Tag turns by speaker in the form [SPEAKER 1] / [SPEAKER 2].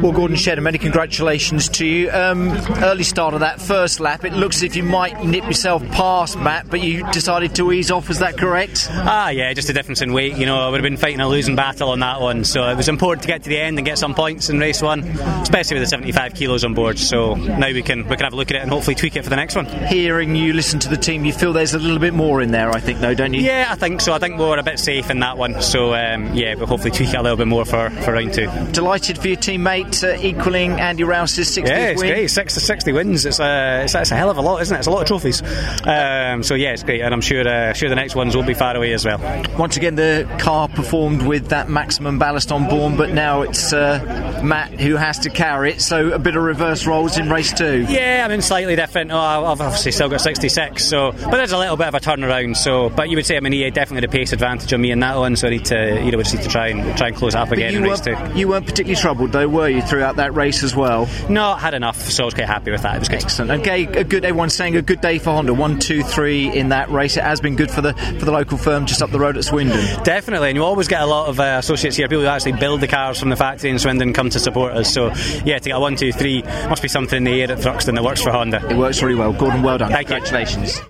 [SPEAKER 1] Well, Gordon Shed, many congratulations to you. Um, early start of that first lap. It looks as if you might nip yourself past Matt, but you decided to ease off. Is that correct?
[SPEAKER 2] Ah, yeah, just a difference in weight. You know, I would have been fighting a losing battle on that one, so it was important to get to the end and get some points in race one, especially with the 75 kilos on board. So now we can we can have a look at it and hopefully tweak it for the next one.
[SPEAKER 1] Hearing you listen to the team, you feel there's a little bit more in there, I think, though, don't you?
[SPEAKER 2] Yeah, I think so. I think we were a bit safe in that one, so um, yeah, we'll hopefully tweak it a little bit more for, for round two.
[SPEAKER 1] Delighted for your teammate uh, equaling Andy Rouse's 60th
[SPEAKER 2] Yeah, it's
[SPEAKER 1] win.
[SPEAKER 2] great. Six to sixty wins. It's a it's, it's a hell of a lot, isn't it? It's a lot of trophies. Um, so yeah, it's great, and I'm sure uh, sure the next ones won't be far away as well.
[SPEAKER 1] Once again, the car performed with that maximum ballast on board, but now it's uh, Matt who has to carry it. So a bit of reverse rolls in race two.
[SPEAKER 2] Yeah, I mean slightly different. Oh, I've obviously still got 66, so but there's a little bit of a turnaround. So, but you would say I mean he had definitely the pace advantage on me in that one, so I need to you know just need to try and try and close it up
[SPEAKER 1] But
[SPEAKER 2] again
[SPEAKER 1] you,
[SPEAKER 2] in race two.
[SPEAKER 1] weren't, you weren't particularly troubled, though, were you, throughout that race as well?
[SPEAKER 2] No, I had enough, so I was quite happy with that. It was good.
[SPEAKER 1] Excellent. Okay, a good everyone's saying a good day for Honda. One, two, three in that race. It has been good for the for the local firm just up the road at Swindon.
[SPEAKER 2] Definitely, and you always get a lot of uh, associates here, people who actually build the cars from the factory in Swindon come to support us. So, yeah, to get a one, two, three must be something in the air at Thruxton that works for Honda.
[SPEAKER 1] It works really well. Gordon, well done.
[SPEAKER 2] Thank you.
[SPEAKER 1] Congratulations.